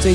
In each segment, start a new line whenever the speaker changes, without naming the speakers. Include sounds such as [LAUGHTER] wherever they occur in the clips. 最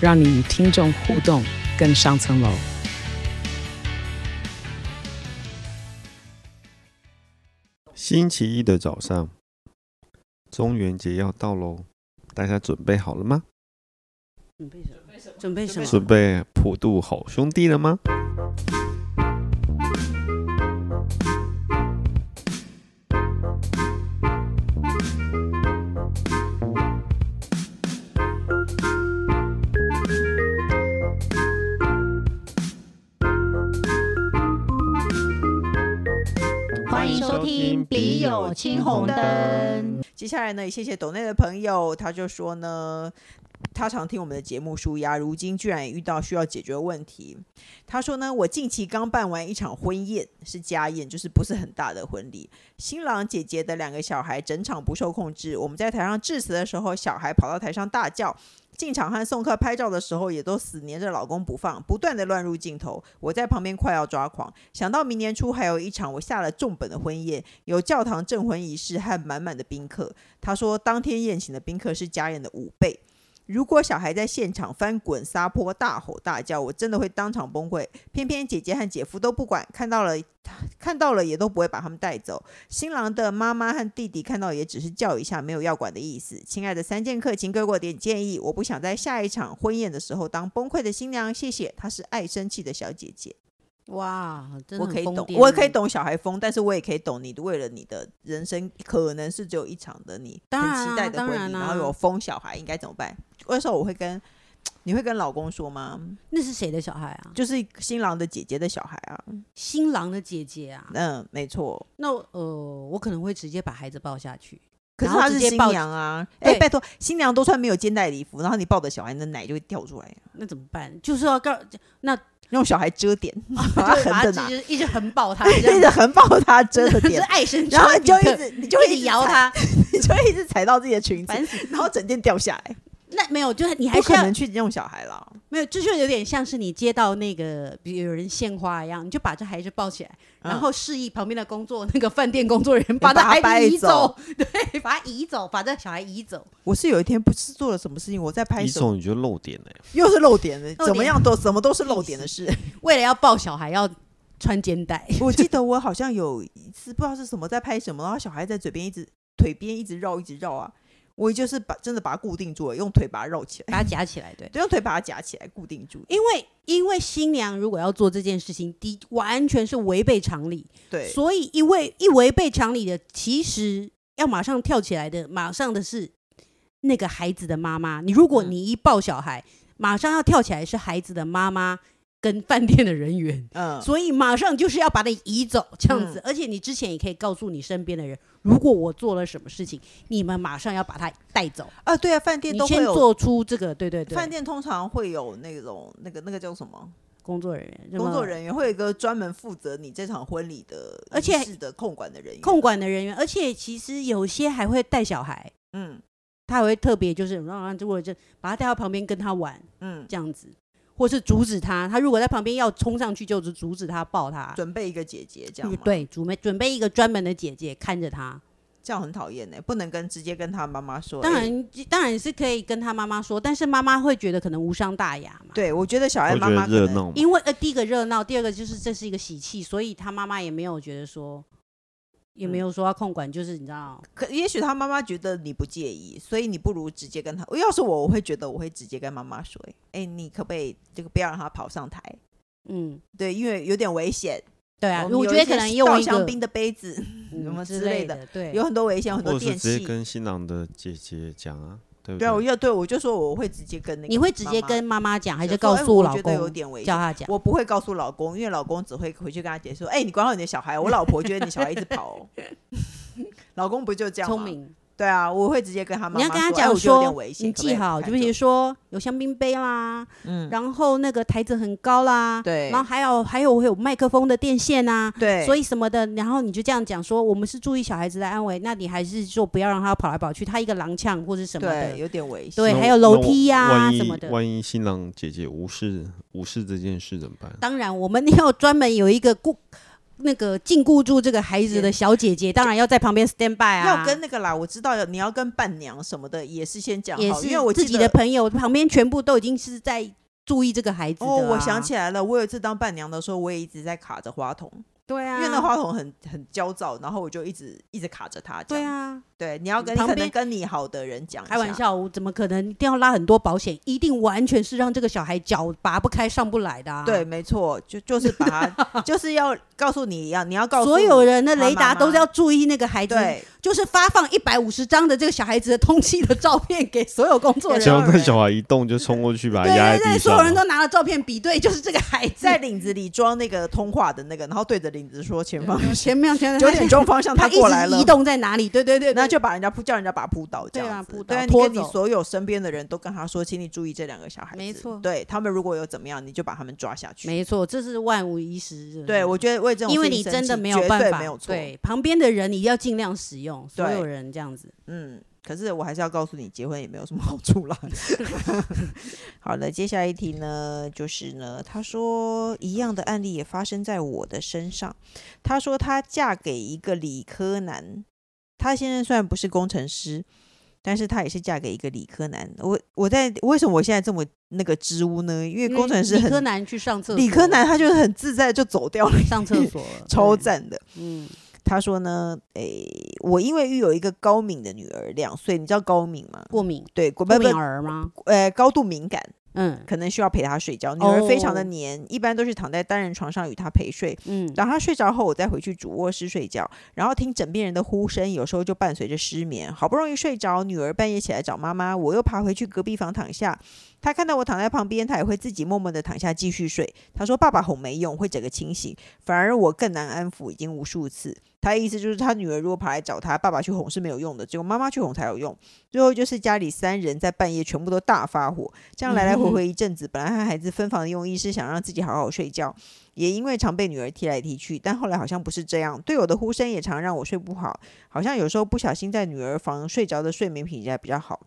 让你与听众互动更上层楼。
星期一的早上，中元节要到喽，大家准备好了吗？
准备什么？准备什么？
准备普渡好兄弟了吗？
欢迎收听《笔友青红灯》。
接下来呢，也谢谢抖内的朋友，他就说呢，他常听我们的节目舒压，如今居然也遇到需要解决的问题。他说呢，我近期刚办完一场婚宴，是家宴，就是不是很大的婚礼。新郎姐姐的两个小孩整场不受控制，我们在台上致辞的时候，小孩跑到台上大叫。进场和送客拍照的时候，也都死黏着老公不放，不断的乱入镜头。我在旁边快要抓狂。想到明年初还有一场我下了重本的婚宴，有教堂证婚仪式和满满的宾客。他说，当天宴请的宾客是家人的五倍。如果小孩在现场翻滚、撒泼、大吼大叫，我真的会当场崩溃。偏偏姐姐和姐夫都不管，看到了，看到了也都不会把他们带走。新郎的妈妈和弟弟看到也只是叫一下，没有要管的意思。亲爱的三剑客，请给我点建议，我不想在下一场婚宴的时候当崩溃的新娘。谢谢，她是爱生气的小姐姐，
哇，真的
我
很
可以
疯
懂，
癫
我
欸
可以。懂小孩疯，但是我也可以懂你为了你的人生可能是只有一场的你，
当然啊
很期待的婚
当然
礼，
啊
然后有疯小孩应该怎么办？那时候我会跟你会跟老公说吗？
那是谁的小孩啊？
就是新郎的姐姐的小孩啊，
新郎的姐姐啊？
嗯，没错。
那我呃，我可能会直接把孩子抱下去。
可是
然后
她
直
是
接
新
抱
娘啊！哎、
对
拜托，新娘都穿没有肩带的衣服，然后你抱着小孩，你的奶就会掉出来、
那怎么办？就是要告， [LAUGHS]
用小孩遮点， [LAUGHS] 把他
哦就是把他
横着
直
拿，
接一直横抱
[LAUGHS]
他，
对，一直横抱他遮着
这 [LAUGHS] 是
点，
爱生气，
然后你就
比
一
特
直你就会
一直摇
踩，
他，
[LAUGHS] 你就会一直踩到自己的裙子，
烦死。
然后整件掉下来。
那没有，就是你还
不
是
可
要
能去用小孩嗯啦，
没有，这就有点像是你接到那个，比如有人献花一样，你就把这孩子抱起来，然
嗯
后示意旁边的工作那个饭店工作人员把这
把
孩
他掰
子移
走，
[LAUGHS] 对，把他移走，把这小孩移走。
我是有一天不是做了什么事情，我在拍
一
手，
种你就漏点嘞、
又是漏点的，
漏
怎么
点
样都怎么都是漏点的事。
为了要抱小孩，要穿肩带，
[LAUGHS] 我记得我好像有一次不知道是什么在拍什么，然后小孩在嘴边一直腿边一直绕一直绕啊，我就是把真的把它固定住了，用腿把它绕起来，
[LAUGHS]
[LAUGHS]
把它夹起来，对。
对，用腿把它夹起来固定住。
因为因为新娘如果要做这件事情，的完全是违背常理，
对，
所以因为一违背常理的，其实要马上跳起来的，马上的是那个孩子的妈妈。你如果
嗯
你一抱小孩，马上要跳起来是孩子的妈妈跟饭店的人员，
嗯，
所以马上就是要把你移走这样子。而且你之前也可以告诉你身边的人，如果我做了什么事情，你们马上要把他带走。
啊，对啊，饭店
你
都会
先
有，
做出这个，对对对，
饭店通常会有那种那个那个叫什么
工作人员，
工作。人员，会有一个专门负责你这场婚礼的
而
仪
且
式的控管的人员。
控管的人员，而且其实有些还会带小孩，
嗯
他还会特别就是让让如果就把他带到旁边跟他玩
嗯，
这样子，或是阻止他，他如果在旁边要冲上去，就是阻止他抱他。嗯
准备一个姐姐这样吗，
对，准备准备一个专门的姐姐看着他。
这样很讨厌呢，不能跟直接跟他妈妈说。
当
哎，
然，当然是可以跟他妈妈说，但是妈妈会觉得可能无伤大雅嘛。
对我觉得小
哎
孩
我
妈
觉得
妈可
热
能
闹嘛，
因为呃，第一个热闹，第二个就是这是一个喜气，所以他妈妈也没有觉得说，也
嗯
没有说要控管，就是你知道，
可也许他妈妈觉得你不介意，所以你不如直接跟他。要是我，我会觉得我会直接跟妈妈说：“哎、你可不可以这个不要让他跑上台？
嗯，
对，因为有点危险。
对啊，
们有
我觉得
一些
可能用
倒
一
香
个
槟的杯子，
嗯
什么
之
之类
的，对，
有很多危险，很
或
多
者是
电
直接
器。
跟新郎的姐姐讲啊，对不
对啊，我就对我就说我会直接跟那个
你会直接
妈妈
跟妈妈讲，还
就是
告
说哎
诉
我
老
觉得有
公，
点危
叫
险。
他讲？
我不会告诉老公，因为老公只会回去跟他解
[LAUGHS]
释说：“哎、你管好你的小孩，我老婆觉得你小孩一直跑、哦。”老公不就这样吗？
聪明，
对啊，我会直接跟他妈
你
妈
要跟他
哎
讲
我觉得
说
有点危，险，
你
可不可
记
以
好，
看
就比
这
如
种
说有香槟杯啦，
嗯，
然后那个台子很高啦，
对
然后还有还有会有麦克风的电线啊，
对，
所
以
以什么的，然后你就这样讲说，我们是注意小孩子的安危，那你还是说不要让他跑来跑去，他一个踉跄或者什么
对
的，
有点危险，
对
那
还有
那
楼
我
梯呀
万一
什么的
万一新郎姐姐无视无视这件事怎么办？
当然，我们要专门有一个顾那个禁锢住这个孩子的小姐姐，当然要在旁边 stand by 啊，
要跟那个啦，我知道有你要跟伴娘什么的也是先讲
也
好，
是
因为我
自己
记得
的朋友旁边全部都已经是在注意这个孩子的、啊
哦，我想起，来了，我有一次当伴娘的时候，我也一直在卡着话筒，
对啊，
因为那话筒很很焦躁，然后我就一直一直卡着它。这
对
样，
啊，
对，你要跟你
旁
可能
边
跟你好的人讲一下，
开玩笑，我怎么可能一定要拉很多保险？一定完全是让这个小孩脚拔不开、上不来的、啊。
对，，没错，
[LAUGHS]
就就是把它，就是要告诉你要你要告诉
所有人的
他
雷
妈
达
妈
都是要注意那个孩子，
对，
就是发放一百五十张的这个小孩子的通缉的照片给所有工作
[LAUGHS]
对
只
这
人
样。
要那小孩一动就冲过去把他
对
压
对
在
对，
地
所
上
有人
啊。
都拿了照片比对，就是这个孩子
在领子里装那个通话的那个，然后对着领子说前方
前面前
九点钟方向
[LAUGHS] 他
过来
一
了
直移，动在哪里？对对对，对
那就把人家扑叫人家把他扑倒这
对啊
样子。
扑倒
对，你
拖
跟你
走
所有身边的人都跟他说，请你注意这两个小孩子，
没错
对他们如果有怎么样，你就把他们抓下去。
没错，这是万无一失的。
对，我觉得为这种
因为
事情
你
生
真的
气
没有
绝
办
对
法，
没有错。
对旁边的人，你要尽量使用，所
对
有人这样子。
嗯，可是我还是要告诉你，结婚也没有什么好处
[LAUGHS]
啦。好了，接下来一题呢，就是呢，他说一样的案例也发生在我的身上。他说她嫁给一个理科男，她先生虽然不是工程师，但是她也是嫁给一个理科男。我我在为什么我现在这么那个支吾呢？因为工程师
理科
很
男去上厕所，
理科男，他就是很自在就走掉了，
[LAUGHS] 上厕所了
[LAUGHS] 超
对
赞的。
嗯，
他说呢，诶、我因为育有一个高敏的女儿，两岁，你知道高敏吗？
过敏，
对，不
过敏
不，
儿吗？
呃，高度敏感，
嗯
可能需要陪她睡觉。女儿非常的
哦
黏，一般都是躺在单人床上与她陪睡。
嗯，
等她睡着后，我再回去主卧室睡觉，然后听枕边人的呼声，有时候就伴随着失眠。好不容易睡着，女儿半夜起来找妈妈，我又爬回去隔壁房躺下。她看到我躺在旁边，她也会自己默默的躺下继续睡。她说：“爸爸哄没用，会整个清醒，反而我更难安抚，已经无数次。”她的意思就是，她女儿如果跑来找她，爸爸去哄是没有用的，只有妈妈去哄才有用。最后就是家里三人在半夜全部都大发火，这样来来回回一阵子。本来和孩子分房的用意是想让自己好好睡觉，也因为常被女儿踢来踢去，但后来好像不是这样。队友的呼声也常让我睡不好，好像有时候不小心在女儿房睡着的睡眠品质还比较好。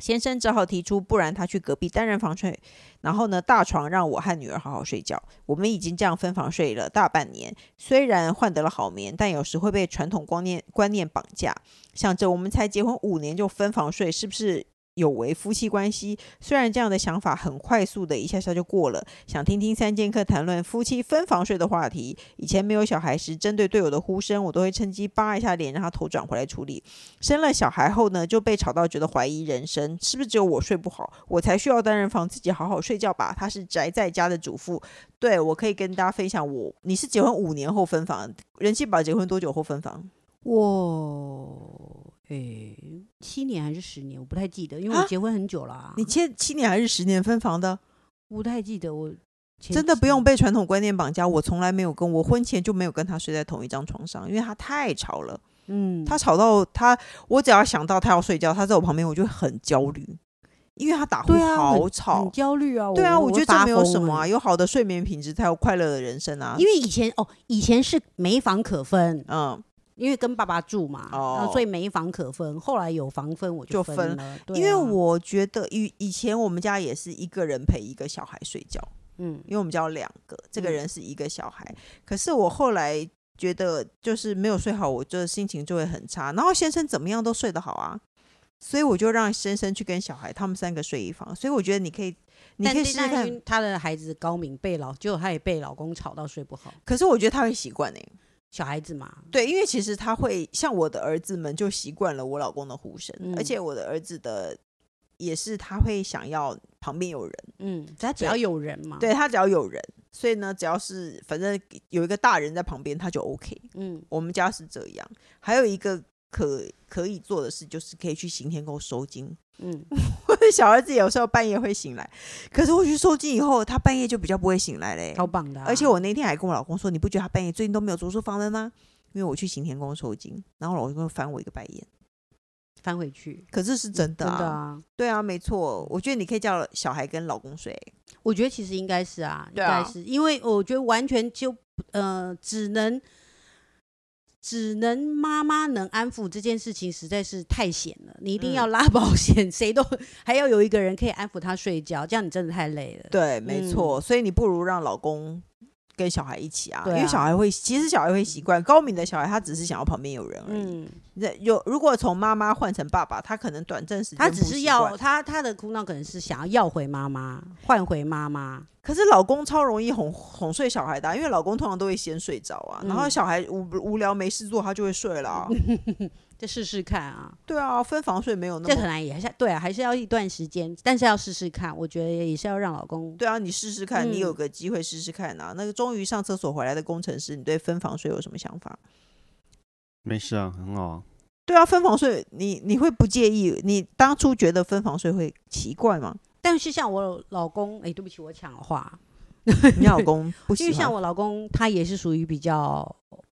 先生只好提出，不然他去隔壁单人房睡，然后呢，大床让我和女儿好好睡觉。我们已经这样分房睡了大半年，虽然换得了好眠，但有时会被传统观念观念绑架。想着我们才结婚五年就分房睡，是不是有违夫妻关系？虽然这样的想法很快速的一下下就过了，想听听三剑客谈论夫妻分房睡的话题。以前没有小孩时，针对队友的呼声，我都会趁机扒一下脸，让他头转回来处理。生了小孩后呢，就被吵到觉得怀疑人生，是不是只有我睡不好？我才需要单人房自己好好睡觉吧？她是宅在家的主妇，对我可以跟大家分享我，你是结婚五年后分房，人气宝结婚多久后分房？
哇，诶，七年还是十年，我不太记得，因为我
啊
结婚很久了啊，
你前七年还是十年分房的？
不太记得我前
真的
几
不用被传统观念绑架。我从来没有跟我婚前就没有跟他睡在同一张床上，因为他太吵了。
嗯，
他吵到他，我只要想到他要睡觉，他在我旁边，我就很焦虑，因为他打呼
对啊
好
很
吵。
焦虑啊，
对啊，
我
我觉得这没有什么啊，
啊，
有好的睡眠品质才有快乐的人生啊
因。为以前哦，以前是没房可分，
嗯，
因为跟爸爸住嘛，
哦
然后所以没房可分。后来有房分，我
就
分
分
了，对
因为
啊
我觉得以以前我们家也是一个人陪一个小孩睡觉，
嗯
因为我们家有两个，这个
嗯
人是一个小孩。可是我后来觉得，就是没有睡好，我就心情就会很差。然后先生怎么样都睡得好啊，所以我就让先生去跟小孩他们三个睡一房。所以我觉得你可以，你
但
可以
是
试试看。
她的孩子高敏被老，结果她也被老公吵到睡不好。
可是我觉得他会习惯哎、
小孩子嘛，
对，因为其实他会像我的儿子们就习惯了我老公的呼声，
嗯
而且我的儿子的也是他会想要旁边有人。
嗯，他只要有人嘛，，
对他只要有人，所以呢，只要是反正有一个大人在旁边，他就 OK。
嗯，
我们家是这样，还有一个可可以做的事就是可以去行天宫收金。 [LAUGHS]
嗯，
我的小儿子有时候半夜会醒来，可是我去收金以后，他半夜就比较不会醒来嘞。
超棒的啊、
而且我那天还跟我老公说，你不觉得他半夜最近都没有走出房门吗？因为我去行天宫收金，然后我老公就翻我一个白眼。
翻回去。
可是是真的、
真
啊，
的啊，
对啊，没错。我觉得你可以叫小孩跟老公睡，
我觉得其实应该是啊，应
对啊
该是，因为我觉得完全就不呃，只能只能妈妈能安抚这件事情实在是太险了，你一定
嗯
要拉保险， [LAUGHS] 谁都还要有一个人可以安抚他睡觉，这样你真的太累了。
对，没错。所以你不如让老公跟小孩一起啊，
对啊
因为小孩会，其实小孩会习惯。高敏的小孩他只是想要旁边有人而已。
嗯，
那有如果从妈妈换成爸爸，他可能短暂时间
他只
不
是
习
要
惯，
他他的苦恼可能是想要要回妈妈，换回妈妈。
可是老公超容易哄哄睡小孩的啊、因为老公通常都会先睡着啊，然后
嗯
小孩无无聊没事做，他就会睡了、 [LAUGHS] 啊。
再试试看啊，
对啊，分房睡没有那
这
么
很难也还是对啊，还是要一段时间，但是要试试看。我觉得也是要让老公
对啊，你试试看，
嗯
你有个机会试试看啊。那个终于上厕所回来的工程师，你对分房睡有什么想法？
没事啊，很好啊。
对啊，分房睡，你你会不介意？你当初觉得分房睡会奇
[LAUGHS]
怪吗？
但是像我老公，哎、对不起，我抢话，
你老公不
因为
喜
像
欢？
我老公，他也是属于比较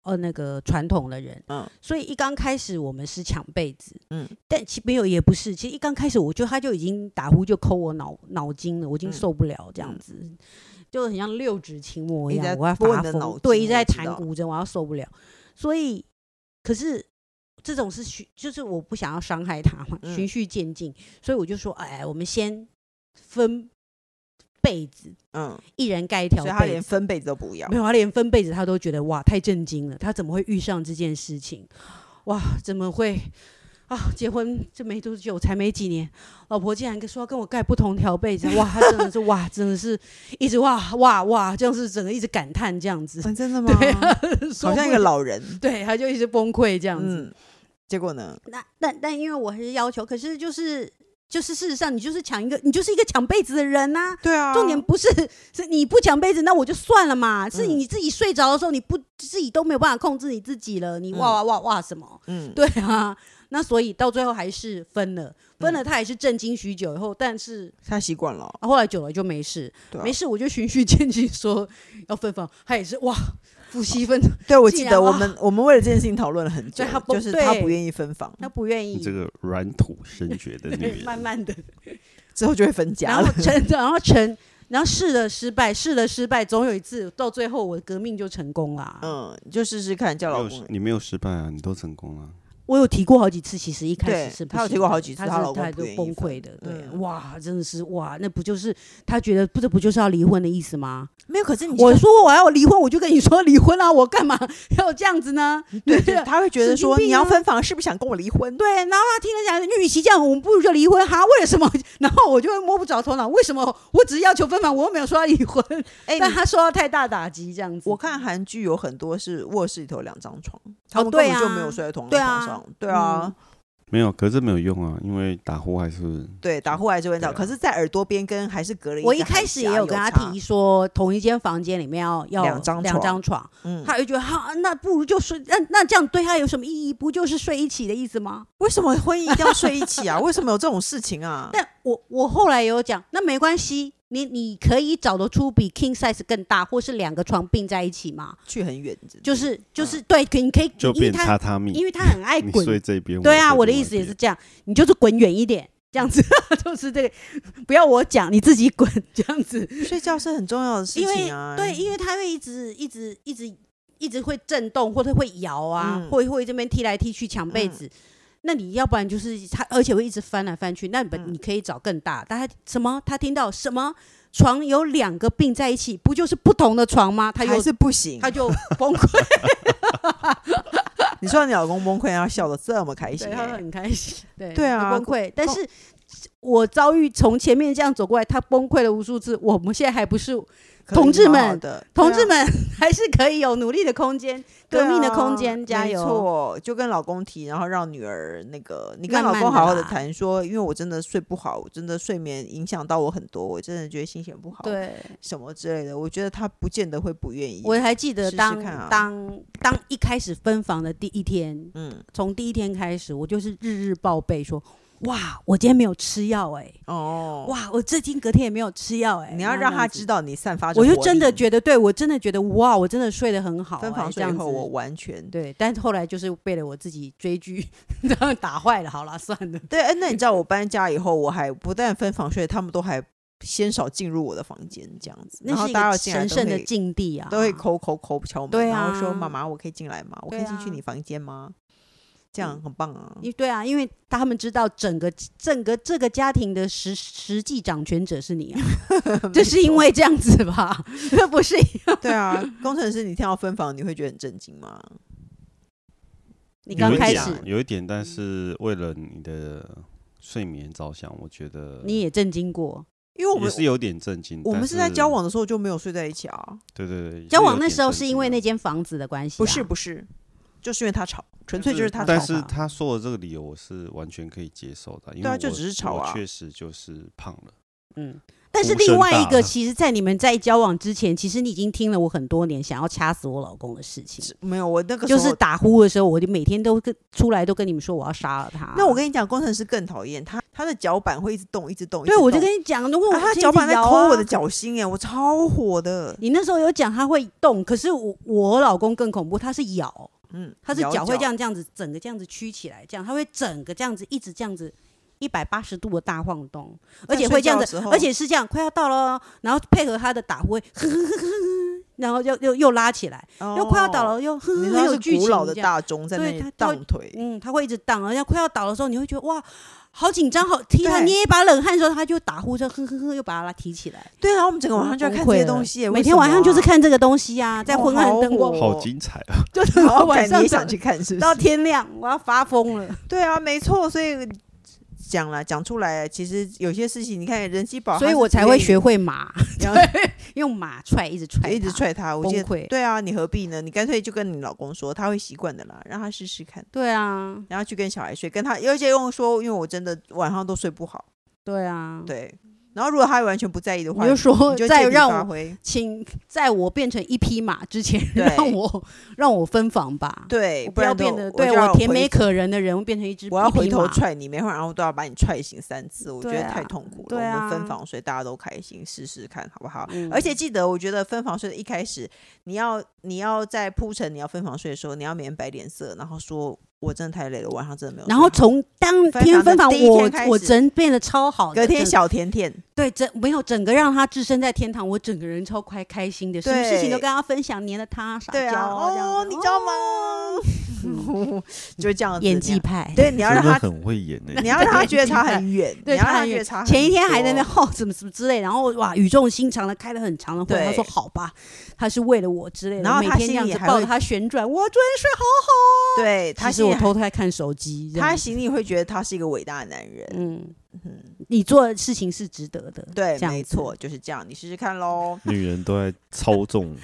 呃那个传统的人，
嗯
所以一刚开始我们是抢被子，
嗯，
但其没有也不是，其实一刚开始我就他就已经打呼就抠我脑脑筋了，我已经
嗯
受不了这样子，就很像六指琴魔一
一直
样，
在
我要
拨
发
你的脑
疯，对，
筋
一直
我
在
知
弹
道
古筝，我要受不了，所以可是。这种是循，就是我不想要伤害他嘛，
嗯
循序渐进，所以我就说，哎，我们先分被子，
嗯，
一人盖一条
所以他
被
连
子。
分被子都不要
没。有，他连分被子他都觉得哇，太震惊了！他怎么会遇上这件事情？哇，怎么会啊？结婚这没多久，才没几年，老婆竟然跟说要跟我盖不同条被子，哇，他真的是哇，真的是一直哇哇哇，这样是整个一直感叹这样子，
啊真的吗？
[LAUGHS] 对啊，
好像一个
老
老人
对，他就一直崩溃这
这
样子。
嗯，结果呢？
那但但因为我还是要求，可是就是就是事实上，你就是抢一个，你就是一个抢被子的人呐、
对啊，
重点不是 [LAUGHS] 是你不抢被子，那我就算了嘛。是
嗯
你自己睡着的时候，你不自己都没有办法控制你自己了，你
嗯
哇哇哇哇什么？
嗯，
对啊，那所以到最后还是分了，分
嗯
了他也是震惊许久以后，但是、
他习惯了，
啊后来久了就没事，
对啊
没事我就循序渐进说要分房，他也是哇夫妻分，
对，我
竟
记
然
得我
哇
们我们为了这件事情讨论了很久
对他，不
就是他
对
不愿意分房，
他不愿
你
意，哎
这个软土生绝的女
[LAUGHS] 慢
人，
慢的，
之后就会分
然
家
后
了。
成，然后成。然后试了失败，试了失败，总有一次到最后我的革命就成功啊啦。
嗯，你就试试看，叫
没
老
有
公
失，你没有失败啊，你都成功了。
我有提过好几次，其实一开
对
始是不
她有
行
提过
的
好几次
她
她
是
老公
她
不
就
愿意
崩
分
溃的，对，
嗯
哇，真的是哇，那不就是她觉得不这不就是要离婚的意思吗？
没有，可是你
我说我要离婚，我就跟你说离婚啊，我干嘛要这样子呢？
[LAUGHS] 对，就是他会觉得
神经
说
病
你要
啊
分房，是不是想跟我离
[LAUGHS]
婚？
对，然后她听人讲，那与其这样，我们不如就离婚哈？为了什么？然后我就会摸不着头脑，为什么我只是要求分房，我又没有说要离婚？
哎、
但
你
她受到太大打击，这样子。
我看韩剧有很多是卧室里头两张床，他
哦
们
对
根本就
啊
没有睡在同一
对
张
啊
床上。对啊，
没有，可是这没有用啊，因为打呼还是
对，打呼还是会叫，
对啊
可是，在耳朵边跟还是隔了一
嗯我
个
一
海
开始也
峡
有跟她
差
提，说，同一间房间里面要要
两张
两
床
张床。
嗯，
他就觉得哈，那不如就睡，那那这样对他有什么意义？不就是睡一起的意思吗？
为什么婚姻一定要睡一起啊？为什么有这种事情啊？
但我我后来有讲，那没关系，你你可以找得出比 king size 更大，或是两个床并在一起嘛，
去很远，真的
就是就是、对，可你可以，
就
因为
变
他
榻榻米
因。为他
[LAUGHS]
很爱
你
滚，
睡这边，
对啊，
睡
我的
另
意
外
思也
边
是这样，你就是滚远一点。这样子 [LAUGHS] 就是这个，不要我讲，你自己滚 [LAUGHS] 这样子。
睡觉是很重要的事
因为
情啊。
对，因为它会一直一直一直一直会震动，或者会摇啊，
嗯
会会这边踢来踢去抢被子。那你要不然就是它，而且会一直翻来翻去。那本、
嗯
你可以找更大，但他什么？他听到什么？床有两个并在一起，不就是不同的床吗？他
还
又
是不行
他。就崩溃，
你说你老公崩溃，然后笑得这么开心、
对，他
欸，
很开心，对
[LAUGHS] 对啊
他崩溃。但是我遭遇从前面这样走过来，他崩溃了无数次。我们现在还不是
可能
同志
蛮好
们
的
同
对啊
志们， [LAUGHS] 还是可以有努力的空间，
对
革命的
啊
空间，加油！
没错，就跟老公提，然后让女儿那个，你跟
慢
老
慢
公
的
好好的
啦
谈说，因为我真的睡不好，我真的睡眠影响到我很多，我真的觉得心情不好，，
对，
什么之类的，我觉得他不见得会不愿意。
我还记得
试试
当
看啊
当当一开始分房的第一天，
嗯，
从第一天开始，我就是日日报备说，哇，我今天没有吃药哎、
哦，
哇，我至今隔天也没有吃药哎、
你要让他知
道，
道你散发着
我
活力，
就真的觉得，对我真的觉得哇，我真的睡得很好、哎
分房
这
睡以
样子
后，我完全
对，但是后来就是被了我自己追剧 [LAUGHS] 这样打坏了，好了，算了。
对，哎，那你知道我搬家以后，我还不但分房睡，他们都还先少进入我的房间这样子，然
那
后
是一
大家
个
要进来
神
都
圣的
会
境地啊，
都会抠抠抠敲门，
对
然后说
啊
妈妈，我可以进来吗？我可以进去
对啊
你房间吗？这样
嗯
很棒啊！
因对啊，因为他们知道整个整个这个家庭的实实际掌权者是你啊，
[LAUGHS]
这是因为这样子吧？ [LAUGHS] 这不是
对啊，工程师，你听到分房，你会觉得很震惊吗？
你
有
刚
一
开
点
始
啊
有一点，但是为了你的睡眠着想，我觉得
你也震惊过，
因为我
也
们
是有点震惊。
我们
但
是在交，往的时候就没有睡在一起啊，
对对对，
交
是
往
有
那
点
时候
震
是
惊
因为
啊
那间房子的关系啊、
不是不是，就是因为他吵，纯粹就是他
但
吵。
是
吧
他说的这个理由我是完全可以接受的，因为
对啊
我
就只是吵啊
我确实就是胖了。
嗯。但是
呼声
另外一
大
个，
了
其实，在你们在交往之前，其实你已经听了我很多年想要掐死我老公的事情，
没有，我那个时
就
候
是打呼的时候，我就每天都跟出来都跟你们说我要杀了他。
那我跟你讲，工程师更讨厌他，他的脚板会一直动，一直动。一
对
直
我就
动
跟你讲，如果我
啊他
亲
脚
自
板在
摇
抠我
啊
的脚心哎，我超火的。
你那时候有讲它会动，可是我我老公更恐怖，他是咬，
嗯，
他是
摇
脚会这，样这样子，整个这样子曲起来，这样他会整个这样子一直这样子一百八十度的大晃动，而且会这样
睡觉
子
的时候，
而且是这样快要到了哦，然后配合他的打呼， [LAUGHS] 然后又又又拉起来，又快要倒
哦。
了又 [LAUGHS]
你
很
知道
有
是
剧
古
情
老的
这样。
大钟在那
对
里
他
荡腿，
嗯，他会一直荡，而且快要倒的时候，你会觉得哇，好紧张，好替他
对
捏一把冷汗的时候，他就打呼，就哼哼哼，又把他提起来。
对啊，我们整个晚上就在
崩
看
溃
这些
了
东西耶，
每
为什
天
么
晚上就是
啊， [LAUGHS]
看这个东西啊，在
哦
昏暗
好
灯光
火
好
哦
精彩啊！
就
然
是
后
晚
感
上
觉也
整
想去看，是不
到
是？
天亮，我要发疯了。
[LAUGHS] 对啊，没错，所以讲了讲出来，其实有些事情，你看人机宝，
所以我才会学，会马，
啊
用马踹，一直踹，
一直。踹他，我
崩
记得，
溃
对啊，你何必呢？你干脆就跟你老公说，他会习惯的啦，让他试试看，
对啊，
然后去跟小孩睡，跟他，而且用说，因为我真的晚上都睡不好，
对啊，。
对。然后如果他完全不在意的话，
你就说
你就
再
借题
让
发
我
挥，
请在我变成一匹马之前，
对
[LAUGHS] 让我让我分房吧。，
对，
我
不
不要
然
变
的
得对我甜美，可人的人，我变成一只
我要
一
回
匹
头
马。
踹你，没会，然后都要把你踹醒三次，我觉得
对啊
太痛苦了。
对
我们分
啊
房睡，大家都开心，试试看好不好？
嗯
而且记得，我觉得分房睡的一开始，你要你要在铺陈你要分房睡的时候，你要面摆脸色，然后说我真的太累了，晚上真的没有睡
然
好。
后从当
分
天分
房的
房，
第一天
我
开
我
始
人变得超好的，
隔天
整
小甜甜，
对整没有整个让他置身在天堂，我整个人超快开心的，什么事情都跟他分享，黏着他撒
对
娇
啊，
这样
哦，
子哦
你知道嗯吗？ [LAUGHS] 就这样子，
演
你
技派。
对，你要让
真的
他，
很会演欸呢、
你要让他觉得差
演技派
很远，
对
你要让
差
他
很
觉
远
得啊差很
前一天还在那边
多
吼什么什么之类，然后哇语重心长的开了很长的会，
对
他说好吧，他是为了我之类的，
然后
每
他
天这样
心里
子
还
抱
会
着他旋转，我昨天睡好好哦。
对他
其实
心里
我
还
偷偷在看手机，这样
他心里会觉得他是一个伟大的男人。
嗯，
嗯，
你做的事情是值得的，
对，
这样
没
子嗯
错，，就是这样，你试试看喽。
女人都在操纵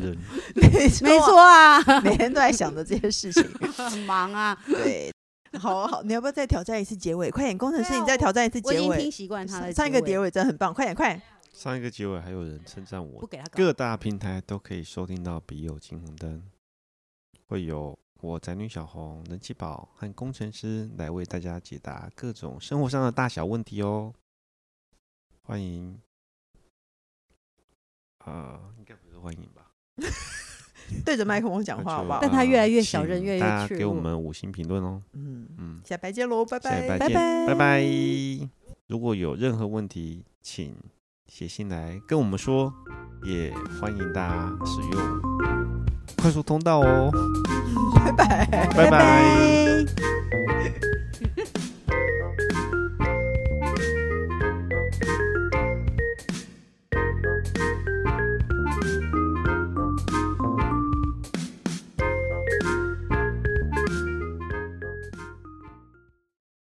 [LAUGHS]
人，
[LAUGHS] 没
没，错啊，
每天都在想着这些事情。
很忙 [LAUGHS] 啊，
对，好好，你要不要再挑战一次结尾？快点，工程师，
对啊
你再挑战一次
我已
结
经听
尾。
习惯他的
上上一个结
尾，
尾真的很棒，快点，快点！
上一个结尾还有人称赞我
不给他搞
各大平台都可以收听到《笔友青红灯》，会有我宅女小红、人气宝和工程师来为大家解答各种生活上的大小问题哦。欢迎，啊、应该不是欢迎吧？
对着麦克风讲话好不好
那就
但？他越来越
呃
小
请
人越来越
大家
怯
给我
弱
们五星评论哦。
嗯，
嗯，
下礼拜见喽，拜
下礼
拜，
拜
拜
见，
拜
拜拜。如果有任何问题，请写信来跟我们说，也欢迎大家使用快速通道哦。
拜拜，
拜拜
拜。